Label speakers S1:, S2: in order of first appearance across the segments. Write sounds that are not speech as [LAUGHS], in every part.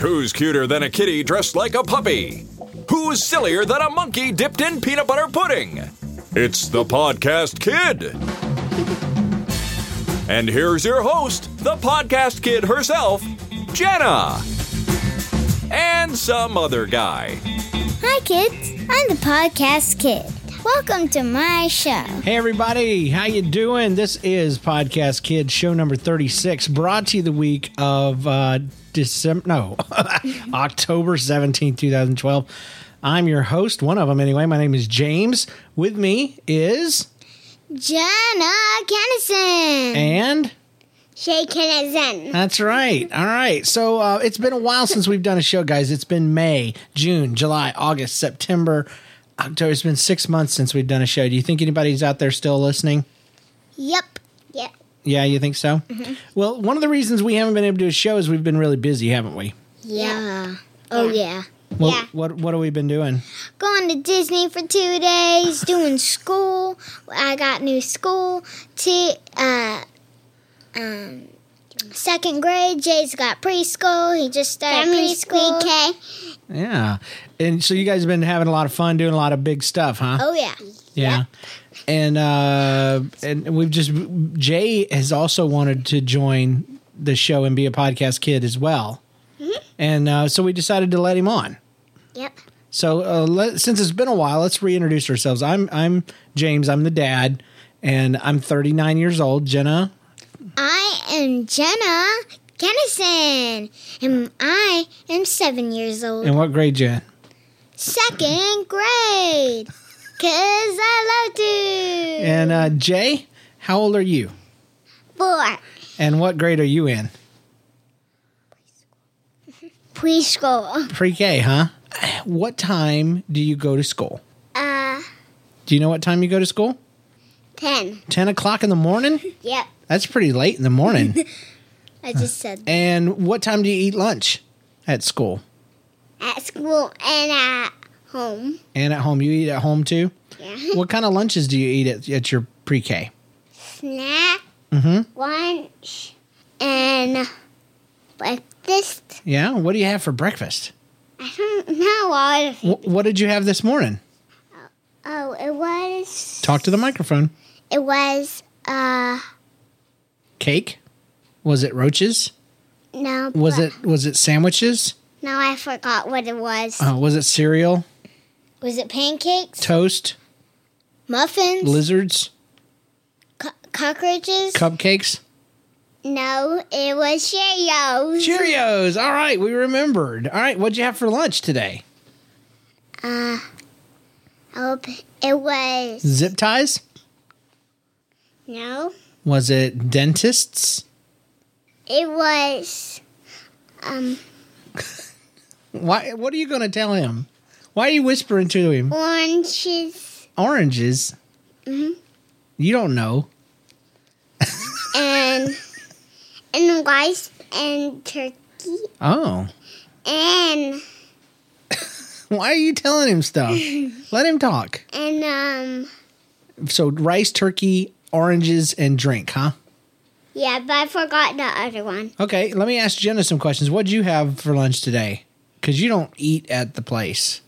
S1: Who's cuter than a kitty dressed like a puppy? Who's sillier than a monkey dipped in peanut butter pudding? It's the Podcast Kid! And here's your host, the Podcast Kid herself, Jenna! And some other guy.
S2: Hi, kids. I'm the podcast kid. Welcome to my show.
S3: Hey everybody, how you doing? This is Podcast Kids show number 36 brought to you the week of uh December no, [LAUGHS] October 17th, 2012. I'm your host, one of them anyway. My name is James. With me is
S2: Jenna Kennison.
S3: and
S2: Shay Kennison.
S3: That's right. All right. So uh, it's been a while since we've done a show, guys. It's been May, June, July, August, September, October. It's been six months since we've done a show. Do you think anybody's out there still listening?
S2: Yep. Yep.
S3: Yeah, you think so?
S2: Mm-hmm.
S3: Well, one of the reasons we haven't been able to do a show is we've been really busy, haven't we?
S2: Yeah. Oh, yeah.
S3: Well,
S2: Yeah.
S3: What What have we been doing?
S2: Going to Disney for two [SIGHS] days, doing school. I got new school. To, uh, um, second grade. Jay's got preschool. He just started preschool. K.
S3: Yeah, and so you guys have been having a lot of fun, doing a lot of big stuff, huh?
S2: Oh, yeah.
S3: yeah. And uh, and we've just Jay has also wanted to join the show and be a podcast kid as well,
S2: Mm-hmm.
S3: and uh, so we decided to let him on.
S2: Yep.
S3: So uh, let, since it's been a while, let's reintroduce ourselves. I'm I'm James. I'm the dad, and I'm 39 years old. Jenna
S2: I am Jenna Kennison, and I am seven years old.
S3: And what grade, Jen?
S2: Second grade, cause I love to.
S3: And uh, Jay, how old are you?
S2: Four,
S3: And what grade are you in?
S2: preschool.
S3: Pre-K, huh? What time do you go to school?
S2: Uh,
S3: Do you know what time you go to school?
S2: ten.
S3: Ten o'clock in the morning.
S2: Yep,
S3: That's pretty late in the morning.
S2: I just said that.
S3: and what time do you eat lunch at school
S2: At school and at home.
S3: and at home? You eat at home too.
S2: Yeah.
S3: What kind of lunches do you eat at, at your pre-K?
S2: Snack,
S3: Mm-hmm.
S2: lunch, and breakfast.
S3: Yeah. What do you have for breakfast?
S2: I don't know all of.
S3: Wh- what did you have this morning?
S2: Oh, it was.
S3: Talk to the microphone.
S2: It was. Uh,
S3: Cake. Was it roaches?
S2: no.
S3: Was
S2: but-
S3: it was it sandwiches?
S2: No, I forgot what it was.
S3: Uh, was it cereal?
S2: was it pancakes,
S3: toast,
S2: muffins,
S3: lizards,
S2: co- cockroaches?
S3: cupcakes,
S2: no, it was Cheerios.
S3: Cheerios. All right, we remembered. All right, what'd you have for lunch today?
S2: uh, oh, p- it was
S3: Zip ties?
S2: no,
S3: Was it dentists?
S2: it was um
S3: Why? What are you going to tell him? Why are you whispering to him?
S2: oranges
S3: Oranges. Mm-hmm. You don't know.
S2: and and rice and turkey
S3: Oh,
S2: and
S3: why are you telling him stuff? Let him talk.
S2: and um
S3: So rice, turkey, oranges, and drink, huh?
S2: yeah, but I forgot the other one.
S3: Okay, let me ask Jenna some questions. What'd you have for lunch today? Because you don't eat at the place.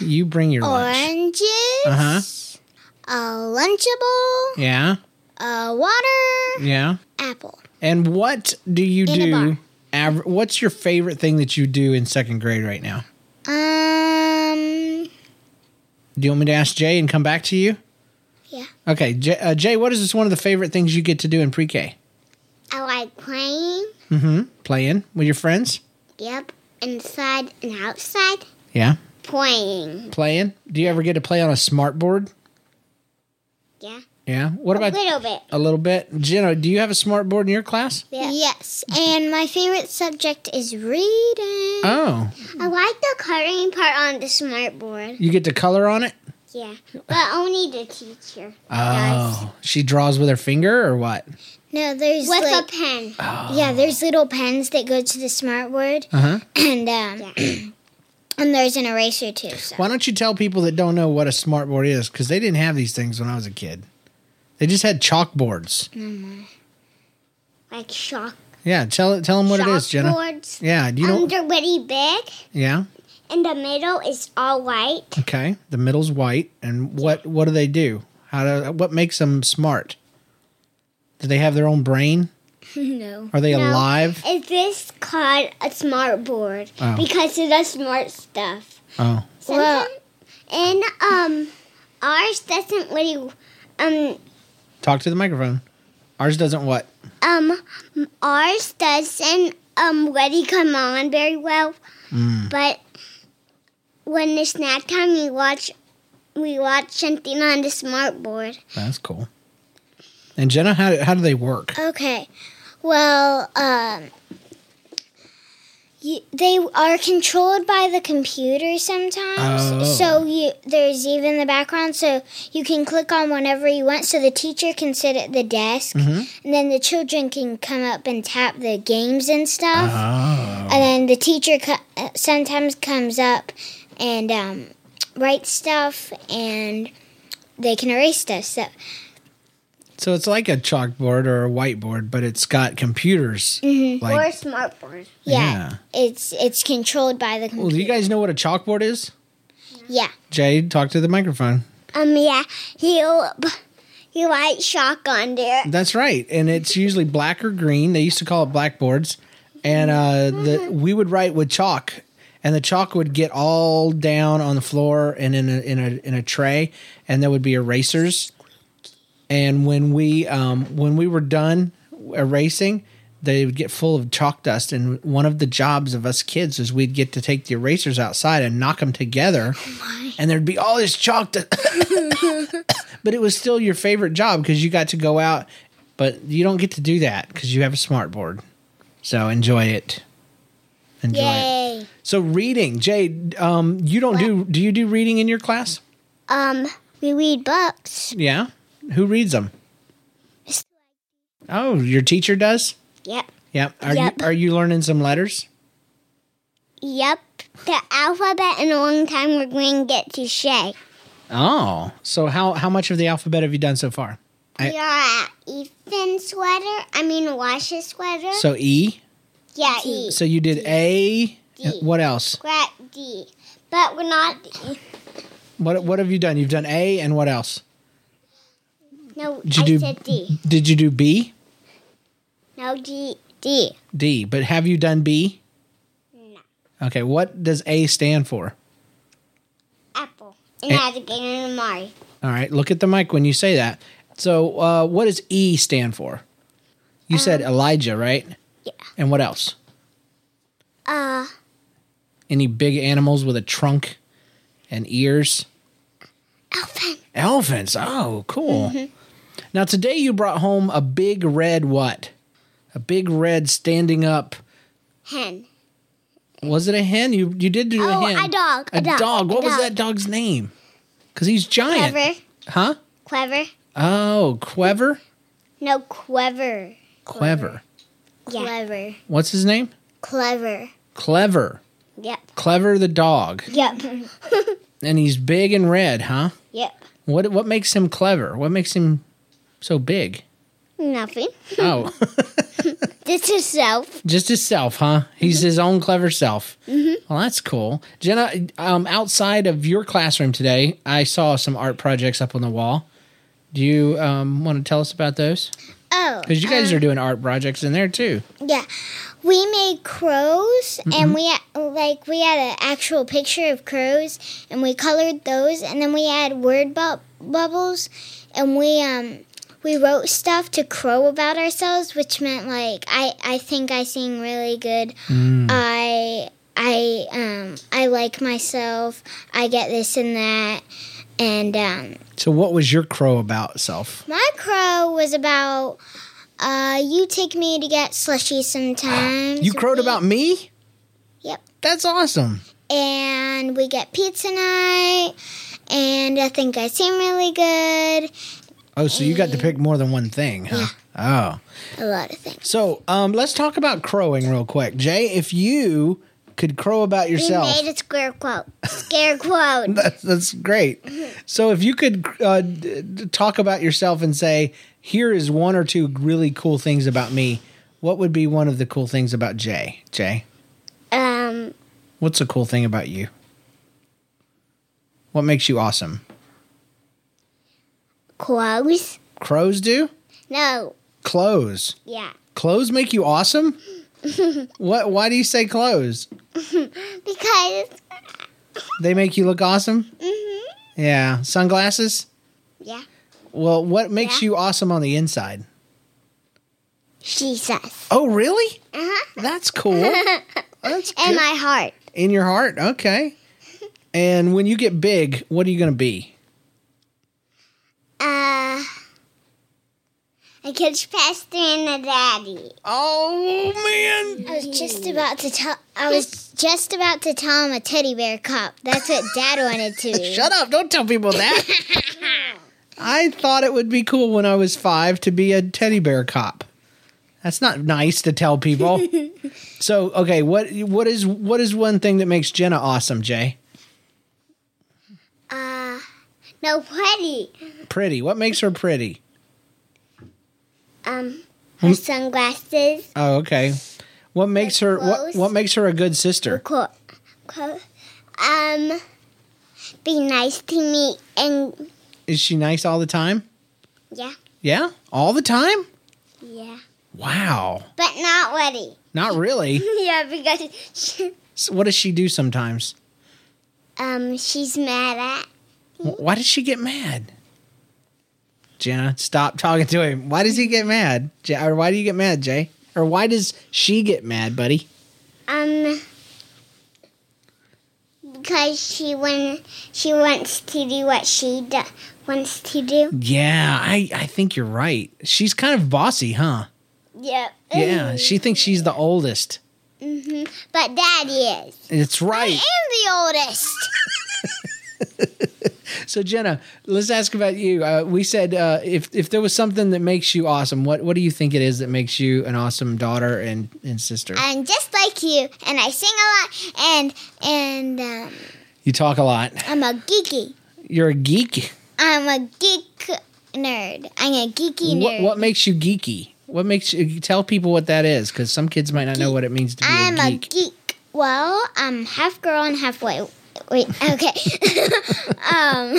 S3: You bring your lunch.
S2: Oranges.
S3: Uh-huh.
S2: A lunchable.
S3: Yeah,
S2: A water.
S3: yeah.
S2: Apple.
S3: And what do you
S2: In a
S3: do?
S2: bar.
S3: Aver- what's your favorite thing that you do in second grade right now?
S2: Um.
S3: Do you want me to ask Jay and come back to you?
S2: Yeah.
S3: Okay, Jay, uh, Jay what is this one of the favorite things you get to do in pre-K?
S2: I like playing.
S3: Mm-hmm. Playing with your friends?
S2: Yep. Inside and outside.
S3: Yeah.
S2: Playing.
S3: Playing? Do you ever get to play on a smart board?
S2: Yeah.
S3: Yeah.
S2: A
S3: What about
S2: little bit.
S3: a little bit? Jenna, do you have a smart board in your class?
S2: Yes. And my favorite subject is reading.
S3: Oh.
S2: I like the coloring part on the smart board.
S3: You get to color on it?
S2: Yeah. But only the teacher.
S3: Oh, she draws with her finger or what?
S2: No, there's with a pen.
S3: Oh.
S2: Yeah, there's little pens that go to the smart board,
S3: Uh huh.
S2: and um, [CLEARS THROAT] and there's an eraser too. So
S3: Why don't you tell people that don't know what a smart board is? Because they didn't have these things when I was a kid. They just had chalkboards.
S2: like chalk
S3: yeah. Tell it. Tell them what it is, Jenna.
S2: Chalkboards
S3: Yeah, you don't.
S2: under witty big.
S3: yeah.
S2: In the middle is all white.
S3: Okay. The middle's white, and what what do they do? How do what makes them smart? Do they have their own brain?
S2: [LAUGHS] No.
S3: Are they
S2: No.
S3: alive?
S2: Is this called a smart board?
S3: Oh.
S2: Because it does smart stuff.
S3: Oh,
S2: Well, and um, ours doesn't really um
S3: talk to the microphone. Ours doesn't what?
S2: um ours doesn't um really come on very well. But when it's snack time, we watch we watch something on the smart board.
S3: That's cool. And Jenna, how do, how do they work?
S2: Okay. Well, um, you, they are controlled by the computer sometimes.
S3: Oh.
S2: So you, there's even the background, so you can click on whenever you want. So the teacher can sit at the desk, and then the children can come up and tap the games and stuff.
S3: Oh,
S2: And then the teacher co- uh, sometimes comes up and um, writes stuff, and they can erase stuff. So
S3: so it's like a chalkboard or a whiteboard, but it's got computers.
S2: Mm-hmm.
S3: Like,
S2: smartboard. Yeah, it's it's controlled by the
S3: well,
S2: computer.
S3: do you guys know what a chalkboard is?
S2: yeah.
S3: Jade, talk to the microphone.
S2: Um. Yeah. You you white shock on there.
S3: That's right, and it's usually black or green. They used to call it blackboards, and uh, the, we would write with chalk, and the chalk would get all down on the floor and in a in a in a tray, and there would be erasers. And when we um, when we were done erasing, they would get full of chalk dust. And one of the jobs of us kids is we'd get to take the erasers outside and knock them together, and there'd be all this chalk dust. [COUGHS] but it was still your favorite job because you got to go out but you don't get to do that because you have a smart board so enjoy it enjoy it
S2: Yay.
S3: so reading jade um, you don't do do you do reading in your class
S2: Um. We read books.
S3: yeah who reads them oh your teacher does
S2: Yep.
S3: yep are,
S2: Yep.
S3: You, are you learning some letters
S2: Yep. The alphabet in a long time we're going to get to Shay.
S3: oh so how how much of the alphabet have you done so far I-
S2: we are at Ethan sweater. I mean Washa's sweater.
S3: so e
S2: yeah. E.
S3: so you did a
S2: D.
S3: what else
S2: we're at D. But we're not.
S3: what what have you done you've done a and what else
S2: No.
S3: Did you
S2: I
S3: do-
S2: said D.
S3: did you do b
S2: No D. D.
S3: D, but have you done B? No. Okay, what does A stand for?
S2: Apple. And
S3: Eh.
S2: Navigator and Amari.
S3: All right, look at the mic when you say that. So, uh, what does E stand for? You said Elijah, right?
S2: Um, Yeah.
S3: And what else?
S2: Uh,
S3: Any big animals with a trunk and ears?
S2: elephant.
S3: Elephants. Oh, cool.
S2: Mm-hmm.
S3: Now, today you brought home a big red what? A big red standing up.
S2: Hen.
S3: Was it a hen? You you did do
S2: Oh,
S3: a hen.
S2: a dog, a
S3: A
S2: dog,
S3: dog.
S2: a
S3: What was
S2: dog.
S3: that dog's name? Because he's giant.
S2: Clever.
S3: Huh?
S2: Clever.
S3: Oh, Clever?
S2: No, clever.
S3: Clever.
S2: Clever.
S3: What's his name?
S2: Clever.
S3: Clever.
S2: Yep.
S3: Clever the dog.
S2: Yep. [LAUGHS]
S3: And he's big and red, huh?
S2: yep.
S3: What what makes him clever? What makes him so [LAUGHS] big?
S2: Nothing.
S3: Oh,
S2: This is self.
S3: just his self, huh? He's his own clever self. Well, that's cool. Jenna, um, outside of your classroom today, I saw some art projects up on the wall. Do you um, want to tell us about those?
S2: Oh.
S3: Because you guys are doing art projects in there too.
S2: Yeah. We made crows
S3: Mm-hmm.
S2: and we had, like we had an actual picture of crows and we colored those and then we had word bu- bubbles and we um we wrote stuff to crow about ourselves which meant like I I think I sing really good.
S3: Mm.
S2: I I um I like myself. I get this and that and um
S3: So, what was your crow about self?
S2: my crow was about uh you take me to get slushy sometimes.
S3: You crowed
S2: We-
S3: about me?
S2: Yep.
S3: That's awesome.
S2: and we get pizza night and i think i seem really good
S3: Oh, so you got to pick more than one thing, huh? Oh.
S2: a lot of things
S3: So um, let's talk about crowing real quick. Jay, if you could crow about
S2: we
S3: yourself,
S2: made a scare quote scare quote
S3: [LAUGHS] that's, that's great. So if you could uh, d- d- talk about yourself and say, here is one or two really cool things about me, What would be one of the cool things about Jay? Jay,
S2: Um,
S3: what's a cool thing about you? What makes you awesome?
S2: clothes?
S3: Crows do?
S2: No.
S3: Clothes.
S2: Yeah.
S3: Clothes make you awesome? what why do you say clothes?
S2: Because mm-hmm.
S3: They make you look awesome? Yeah. Sunglasses?
S2: yeah,
S3: Well, what makes
S2: Yeah.
S3: you awesome on the inside?
S2: she says.
S3: Oh, really?
S2: [LAUGHS]
S3: That's cool. That's
S2: And
S3: good.
S2: Uh-huh. my heart.
S3: in your heart. Okay. And when you get big, what are you going to be?
S2: Uh, I catch Pastor and the daddy.
S3: Oh man.
S2: I was just about to tell. I was just about to tell him a teddy bear cop. That's what Dad wanted to. do.
S3: Shut up. Don't tell
S2: [LAUGHS]
S3: people that. I thought it would be cool when I was 5 to be a teddy bear cop. That's not nice to tell
S2: [LAUGHS]
S3: people. so, okay, what what is what is one thing that makes Jenna awesome, Jay?
S2: Uh, No, Petty.
S3: Pretty. What makes her pretty?
S2: Um,
S3: Hmm?
S2: her sunglasses,
S3: Oh, okay. What makes her what
S2: clothes.
S3: what makes her a good sister?
S2: cool, cool. Um, be nice to me and
S3: Is she nice all the time?
S2: yeah,
S3: Yeah? All the time?
S2: yeah,
S3: Wow.
S2: but not Woody.
S3: Not really.
S2: [LAUGHS] yeah, because she,
S3: So what does she do sometimes?
S2: um, she's mad at.
S3: Wh- Why does she get mad? Jenna, stop talking to him. Why does he get mad? J- or why do you get mad, Jay? Or why does she get mad, buddy?
S2: Um, because she won, she wants to do what she do, wants to do.
S3: Yeah, I, I think you're right. She's kind of bossy, huh?
S2: Yep. Mm-hmm.
S3: Yeah, she thinks she's the oldest.
S2: But Daddy is.
S3: It's right.
S2: I am the oldest.
S3: So Jenna, let's ask about you. Uh, we said uh, if if there was something that makes you awesome, what what do you think it is that makes you an awesome daughter and and sister?
S2: I'm just like you, and I sing a lot, and and um,
S3: You talk a lot.
S2: I'm a geeky.
S3: You're a geek.
S2: I'm a geek nerd. I'm a geeky nerd.
S3: What, what makes you geeky? What makes you tell people what that is? Because some kids might not know what it means to be
S2: I'm
S3: a
S2: a
S3: geek.
S2: geek. Well, I'm half girl and half white. Wait, okay. [LAUGHS] um,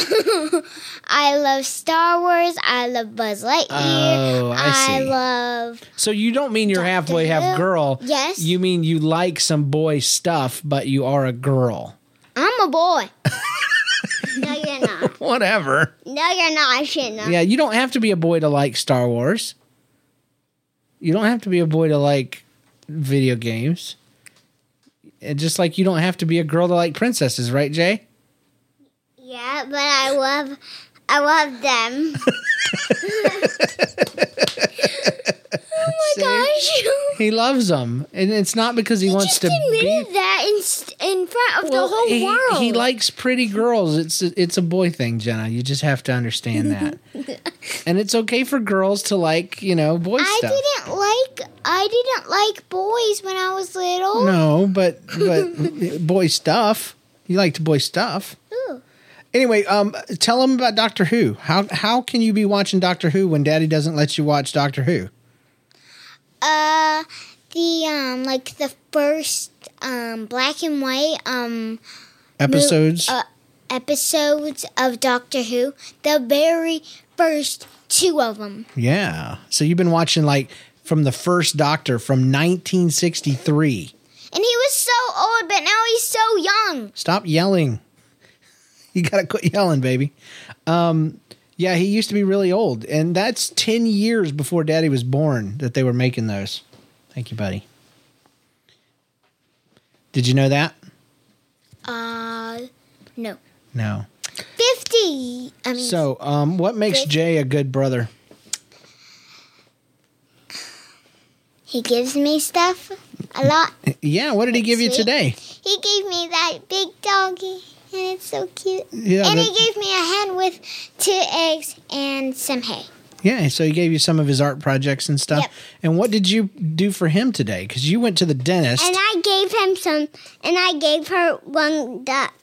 S2: [LAUGHS] I love Star Wars. I love Buzz Lightyear.
S3: Oh, I see.
S2: love.
S3: so you don't mean you're halfway half girl.
S2: Yes.
S3: You mean you like some boy stuff, but you are a girl. [LAUGHS]
S2: I'm a boy. no, you're not.
S3: Whatever.
S2: No, you're not. I shouldn't. know.
S3: Yeah, you don't have to be a boy to like Star Wars. You don't have to be a boy to like video games. And just like you don't have to be a girl to like princesses, right, Jay?
S2: Yeah, but I love, I love
S3: [LAUGHS]
S2: them. [LAUGHS] Oh
S3: See? He loves them, and it's not because he wants to be
S2: that in in front of the whole
S3: he, he likes pretty girls. It's a, it's a boy thing, Jenna. You just have
S2: [LAUGHS]
S3: to understand that. and it's okay for girls to like, you know, boy
S2: I
S3: stuff.
S2: didn't like I didn't like boys when I was little.
S3: No, but but [LAUGHS] boy stuff. You liked boy stuff.
S2: Ooh.
S3: Anyway, um tell them about Doctor Who. How how can you be watching Doctor Who when daddy doesn't let you watch Doctor Who?
S2: Uh, the um like the first um black and white um mo-
S3: Episodes?
S2: uh, episodes of Doctor Who, the very first two of them.
S3: yeah. So you've been watching like from the first Doctor from 1963.
S2: And he was so old, but now he's so young.
S3: Stop yelling. [LAUGHS] You gotta quit yelling, baby. Um, yeah, he used to be really old, and that's ten years before Daddy was born that they were making those. Thank you, buddy. Did you know that?
S2: Uh, no.
S3: No.
S2: 50. I mean,
S3: So, um, what makes Jay a good brother?
S2: he gives me stuff a
S3: [LAUGHS]
S2: lot.
S3: Yeah. What did he give you
S2: Sweet.
S3: today?
S2: He gave me that big doggy, and it's so cute.
S3: Yeah.
S2: and
S3: that-
S2: he gave me a hen with two eggs and some hay.
S3: yeah. So he gave you some of his art projects and stuff.
S2: Yep.
S3: And what did you do for him today? Because you went to the dentist.
S2: And I gave him some, and I gave her one duck.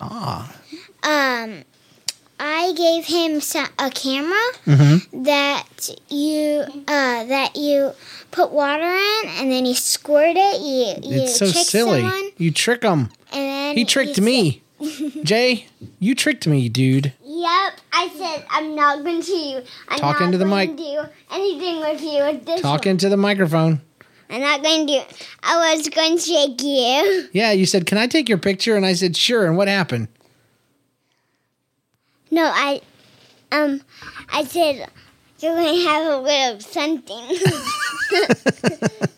S3: ah.
S2: Um, I gave him some, a camera
S3: Mm-hmm.
S2: that you uh, that you put water in and then you squirt it. You you
S3: It's so
S2: trick
S3: silly.
S2: someone
S3: You trick him.
S2: and then
S3: He
S2: you
S3: tricked
S2: say- [LAUGHS]
S3: me. Jay, you tricked me, dude.
S4: Yep, I said I'm not going to. I'm
S3: Talk
S4: not
S3: into the
S4: going
S3: mic.
S4: to do anything with you with this
S3: Talk into the microphone.
S4: one. I'm not going to. I was going to shake you. [LAUGHS]
S3: Yeah, you said, "Can I take your picture?" And I said, "Sure." And what happened?
S4: No, I, um, I said you're going to have a little
S2: [LAUGHS]
S4: something. That's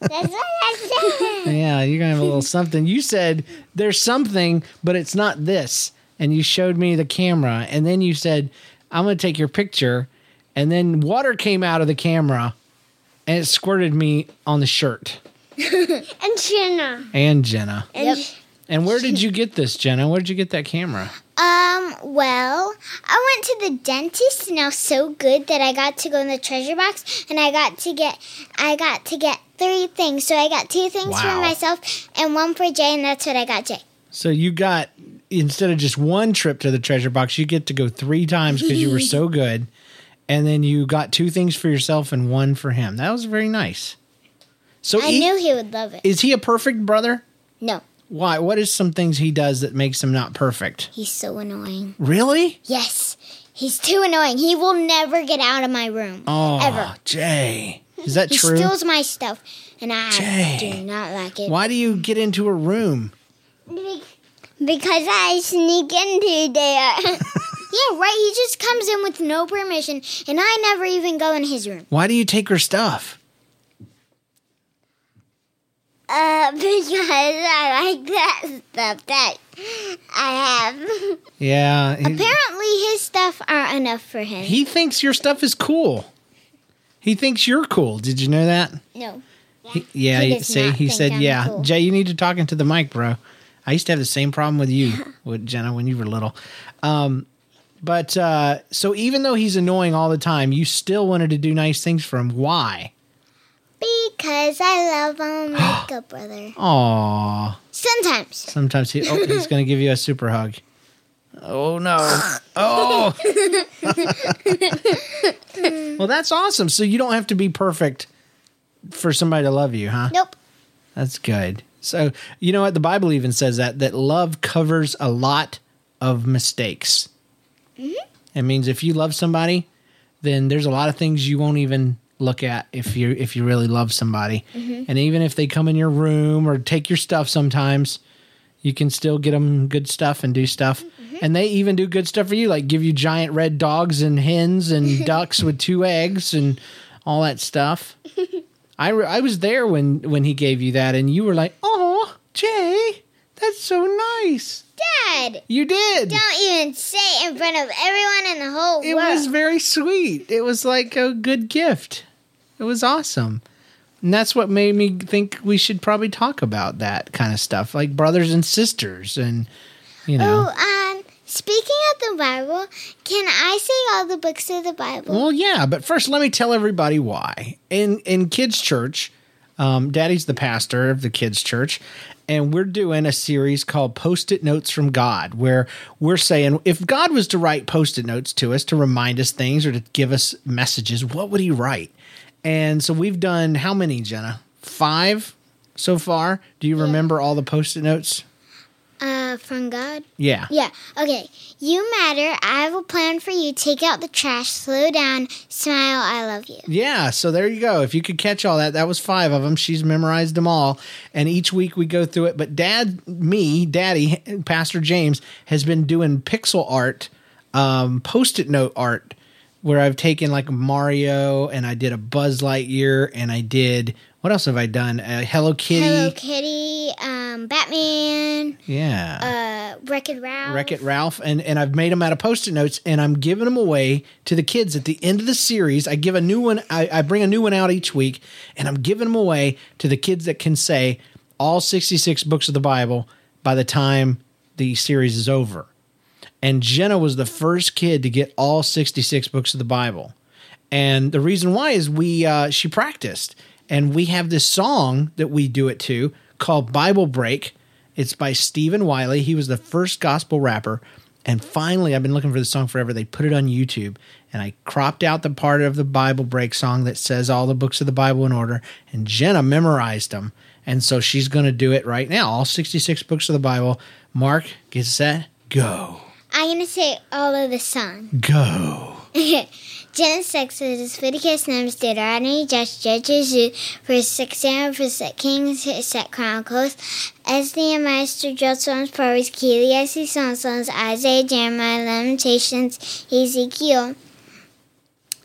S4: what I said.
S3: Yeah, you're gonna have a little something. You said there's something, but it's not this. And you showed me the camera, and then you said, "I'm gonna take your picture," and then water came out of the camera, and it squirted me on the shirt
S4: And Shanna.
S3: and Jenna.
S4: And
S3: And where did you get this, Jenna? Where did you get that camera?
S2: Um, well, I went to the dentist and I was so good that I got to go in the treasure box and I got to get I got to get three things. So I got two things
S3: Wow.
S2: for myself and one for Jay and that's what I got Jay.
S3: So you got instead of just one trip to the treasure box, you get to go three times because you were so good, and then you got two things for yourself and one for him. That was very nice. So
S2: I
S3: he-
S2: knew he would love it.
S3: is he a perfect brother?
S2: No,
S3: Why? What is some things he does that makes him not perfect?
S2: he's so annoying.
S3: Really?
S2: Yes. He's too annoying. He will never get out of my room.
S3: Oh,
S2: Ever.
S3: Jay, is that
S2: He
S3: true?
S2: steals my stuff and I
S3: Jay.
S2: do not like it.
S3: Why do you get into a room?
S4: Because I sneak into
S3: [LAUGHS]
S4: there.
S2: Yeah, right. He just comes in with no permission and I never even go in his room.
S3: Why do you take her stuff?
S4: Uh, because I like that stuff that
S3: [LAUGHS]
S4: I have.
S3: Yeah, he-
S2: Apparently, his stuff aren't enough for him.
S3: he thinks your stuff is cool. He thinks you're cool. Did you know that?
S2: no.
S3: He- yeah,
S2: He
S3: he
S2: does
S3: see,
S2: not
S3: he
S2: think
S3: said,
S2: I'm
S3: "Yeah,
S2: cool.
S3: Jay, you need to talk into the mic, bro." I used to have the same problem
S2: [LAUGHS]
S3: with you, with Jenna, when you were little. Um, but uh, so even though he's annoying all the time, you still wanted to do nice things for him. Why?
S2: Because I love
S3: [GASPS]
S2: him like a brother.
S3: Aw,
S2: Sometimes.
S3: sometimes
S2: [LAUGHS]
S3: he oh, he's gonna give you a super hug. Oh no!
S2: [LAUGHS]
S3: Oh. well, that's awesome. So you don't have to be perfect for somebody to love you, huh?
S2: Nope.
S3: That's good. So, you know what? The Bible even says that that love covers a lot of mistakes. It means if you love somebody, then there's a lot of things you won't even look at if you if you really love somebody. And even if they come in your room or take your stuff sometimes, you can still get them good stuff and do stuff. And they even do good stuff for you, like give you giant red dogs and hens and ducks with two eggs and all that stuff. I, re- I was there when when he gave you that, and you were like, "Oh, Jay, that's so nice."
S2: Dad,
S3: You did.
S2: don't even say it in front of everyone in the whole
S3: it
S2: world.
S3: was very sweet. It was like a good gift. It was awesome, and that's what made me think we should probably talk about that kind of stuff, like brothers and sisters, and you know.
S2: Oh, um, speaking of the Bible, can I say all the books of the Bible?
S3: Well, yeah, but first let me tell everybody why. In in kids church, um, Daddy's the pastor of the kids church, and we're doing a series called Post-it Notes from God, where we're saying if God was to write post-it notes to us to remind us things or to give us messages, what would he write? And so we've done how many, Jenna? Five so far. Do you remember all the post-it notes?
S2: Uh, from God?
S3: Yeah.
S2: Yeah. Okay. You matter. I have a plan for you. Take out the trash. Slow down. Smile. I love you.
S3: Yeah, so there you go. If you could catch all that, that was five of them. She's memorized them all, and each week we go through it. But Dad, me, Daddy, Pastor James has been doing pixel art, um, post-it note art, where I've taken like Mario, and I did a Buzz Lightyear, and I did what else have I done? A Hello Kitty,
S2: Hello Kitty, um, Batman,
S3: yeah,
S2: uh, Wreck-It Ralph.
S3: Wreck It Ralph, and, and I've made them out of post-it notes, and I'm giving them away to the kids at the end of the series. I give a new one, I, I bring a new one out each week, and I'm giving them away to the kids that can say all 66 books of the Bible by the time the series is over. And Jenna was the first kid to get all 66 books of the Bible. And the reason why is we uh, she practiced, and we have this song that we do it to called Bible Break. It's by Stephen Wiley. He was the first gospel rapper, And finally, I've been looking for the song forever. They put it on YouTube, and I cropped out the part of the Bible break song that says all the books of the Bible in order. And Jenna memorized them, and so she's going to do it right now. All sixty-six books of the Bible. Mark, get set, go,
S2: I'm gonna say all of the song.
S3: go.
S2: Genesis, Exodus, Leviticus, Numbers, Deuteronomy, Josh, Judges, Ruth, First Six Samuel, First Set Kings, First Set Chronicles, Esther, Master, Drill, Psalms, Proverbs, Ecclesiastes, Psalms, Psalms, Isaiah, Jeremiah, Lamentations, Ezekiel.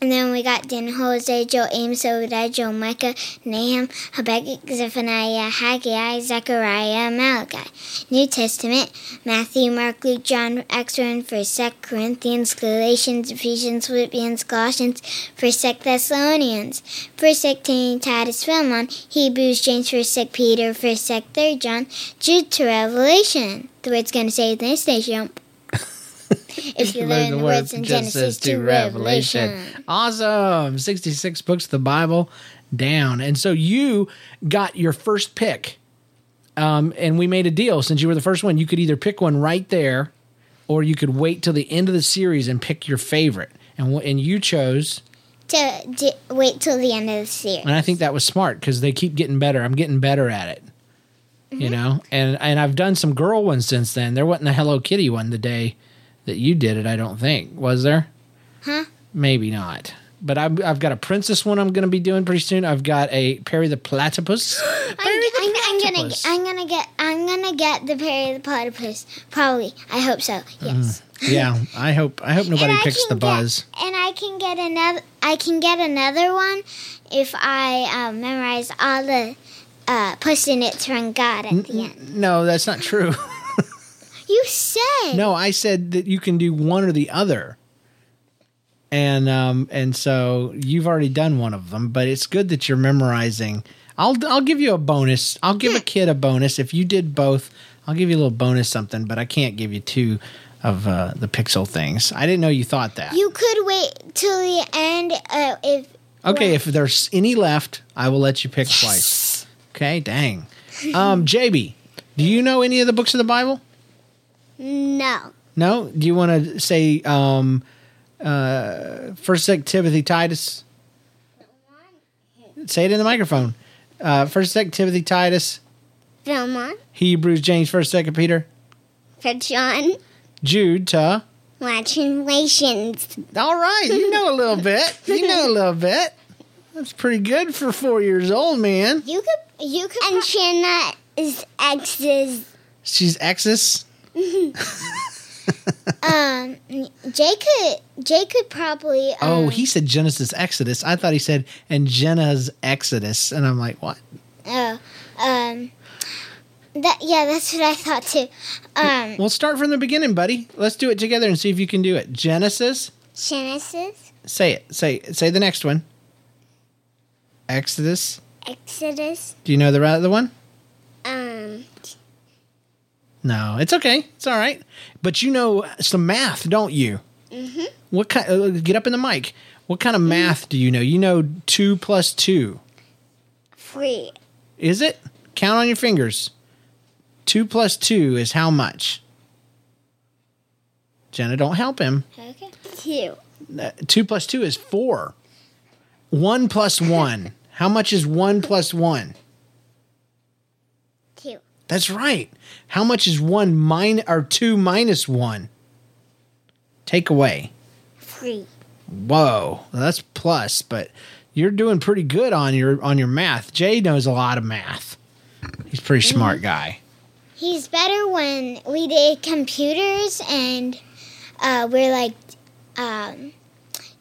S2: And then we got Dan, Jose, Joel, Amos, Obadiah, Joel, Micah, Nahum, Habakkuk, Zephaniah, Haggai, Zechariah, Malachi. New Testament, Matthew, Mark, Luke, John, Acts, and 1 Corinthians, Galatians, Ephesians, Philippians, Colossians, 1 Thessalonians, 1 Timothy, Titus, Philemon, Hebrews, James, 1 Peter, 1 3 John, Jude to Revelation. The word's going to save the nation. [LAUGHS] if you learn the words in Genesis to Revelation.
S3: Awesome. 66 books of the Bible down. And so you got your first pick. Um, and we made a deal since you were the first one. You could either pick one right there or you could wait till the end of the series and pick your favorite. And, wh- and you chose,
S2: To, d wait till the end of the series.
S3: and I think that was smart because they keep getting better. I'm getting better at it,
S2: Mm-hmm.
S3: you know. And and I've done some girl ones since then. There wasn't a Hello Kitty one the day that you did it. I don't think was there.
S2: Huh?
S3: Maybe not. But I've, I've got a princess one I'm going to be doing pretty soon. I've got a Perry
S2: [GASPS]
S3: the Platypus.
S2: I'm, I'm, I'm gonna
S3: platypus.
S2: I'm gonna get I'm gonna get the Perry the platypus probably I hope so yes
S3: yeah, I hope I hope Mm-hmm. nobody
S2: I
S3: picks
S2: can get-
S3: the buzz.
S2: and I can get another I can get another one if I um, memorize all the uh, puss in it's from God at the end
S3: No, that's not true. [LAUGHS]
S2: you said
S3: no, I said that you can do one or the other. And um and so you've already done one of them, but it's good that you're memorizing. I'll I'll give you a bonus. I'll give a kid a bonus if you did both. I'll give you a little bonus something, but I can't give you two of uh, the pixel things. I didn't know you thought that.
S2: you could wait till the end uh, if
S3: Okay, if there's any left, I will let you pick twice. Okay, dang. Um, JB, do you know any of the books of the Bible?
S2: no
S3: No. Do you want to say um, uh, First Timothy Titus? Say it in the microphone. Uh, First Timothy Titus,
S4: Velma,
S3: Hebrews, James, First Second Peter,
S4: for John,
S3: Jude. To
S4: congratulations.
S3: all right, you know a little bit. You know a little bit. That's pretty good for four years old, man.
S2: you could you could
S4: And Shanna is exes.
S3: She's Exes.
S2: um Jay could Jay could probably um,
S3: Oh, he said Genesis Exodus. I thought he said and Jenna's Exodus, and I'm like, what?
S2: oh um that yeah that's what I thought too um
S3: Well, start from the beginning, buddy. Let's do it together and see if you can do it. Genesis.
S4: Genesis,
S3: Say it. Say say the next one. Exodus.
S4: Exodus,
S3: Do you know the other one?
S4: um,
S3: No, it's okay. It's all right. But you know some math, don't you? Mm-hmm. What kind? uh, Get up in the mic. What kind of math do you know? You know two plus two.
S4: free.
S3: Is it? Count on your fingers. Two plus two is how much? Jenna, don't help him.
S2: okay
S4: Two.
S3: Uh, two plus two is four. One plus one. How much is one plus one?
S4: Two.
S3: That's right. How much is one minus or two minus one? Take away.
S4: Free.
S3: Whoa, that's plus, but you're doing pretty good on your on your math. Jay knows a lot of math. He's a pretty smart guy.
S2: He's better when we did computers and uh, we're like, um,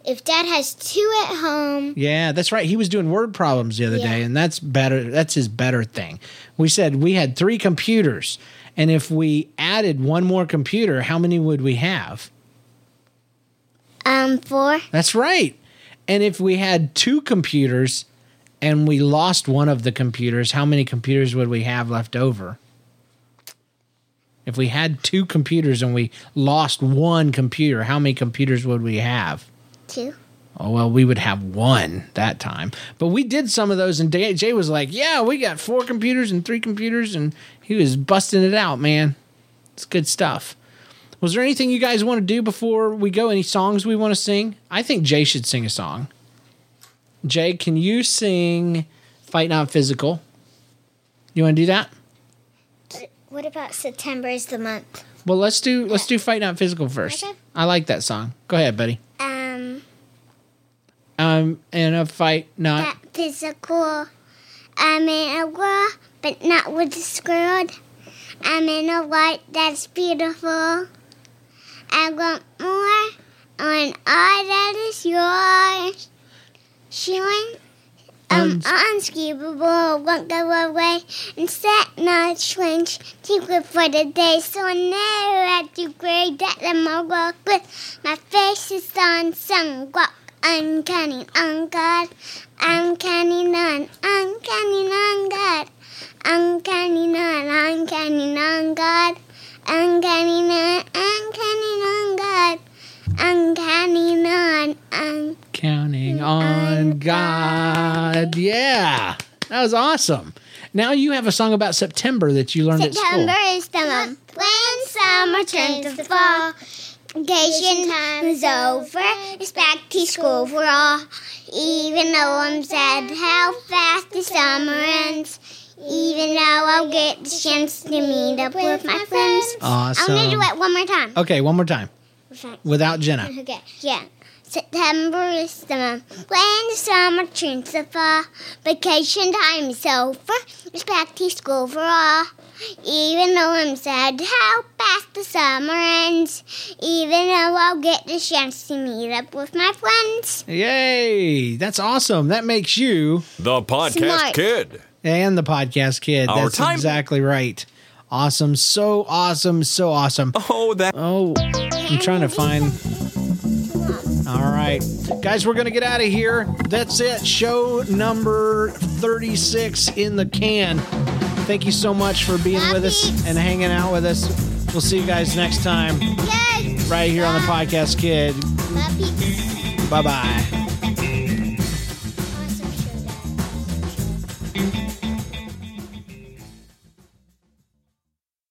S2: if dad has two at home,
S3: Yeah, that's right. He was doing word problems the other
S2: Yeah.
S3: day, and that's better. That's his better thing. We said we had three computers, and if we added one more computer, how many would we have?
S4: Um, four.
S3: That's right. And if we had two computers and we lost one of the computers, how many computers would we have left over? If we had two computers and we lost one computer, how many computers would we have?
S4: Two.
S3: Oh, well, we would have one that time. But we did some of those, and Jay Jay was like, Yeah, we got four computers and three computers, and he was busting it out, man. It's good stuff. Was there anything you guys want to do before we go? Any songs we want to sing? I think Jay should sing a song. Jay, can you sing Fight Not Physical? You want to do that?
S5: What about September is the month?
S3: Well, let's do let's do Fight Not Physical first.
S5: Okay.
S3: I like that song. Go ahead, buddy.
S2: Um,
S3: I'm in a fight not
S2: that physical. I'm in a world, but not with this world. I'm in a world that's beautiful. I want more on all that is yours. Showing um,
S3: Uns-
S2: unscapable, won't go away. And set not strange, secret for the day. So I never have to grade that I'm a walk with. My face is on sunwalk. Uncanny, on God. Uncanny, non, uncanny, non, God. Uncanny, non, uncanny, non, God. Uncanny, non, uncanny, non, God. Uncanny, non, uncanny.
S3: counting on God. Yeah, that was awesome. Now you have a song about September that you learned
S2: September
S3: at
S2: is the month when summer turns to fall. Vacation time is over. It's back to school for all. Even though I'm sad how fast the summer ends. Even though I'll get the chance to meet up with my friends.
S3: school.
S2: I'm gonna do
S3: Awesome. Oh,
S2: it one more time.
S3: Okay, one more time
S2: Okay.
S3: without Jenna.
S2: [LAUGHS] Okay, yeah. September is the month when the summer turns to fall. Vacation time is over. It's back to school for all. Even though I'm sad how fast the summer ends. Even though I'll get the chance to meet up with my friends.
S3: Yay! That's awesome. That makes you
S1: The Podcast
S2: Smart.
S1: Kid.
S3: and the podcast kid.
S1: Our
S3: That's
S1: time-
S3: exactly right. Awesome. So awesome. So awesome.
S1: Oh, that.
S3: Oh, I'm trying to find. All right. Guys, we're going to get out of here. That's it. Show number 36 in the can. Thank you so much for being with us and hanging out with us. We'll see you guys next time
S2: Yay!
S3: right here on the Podcast Kid.
S2: Puppy.
S3: Bye bye.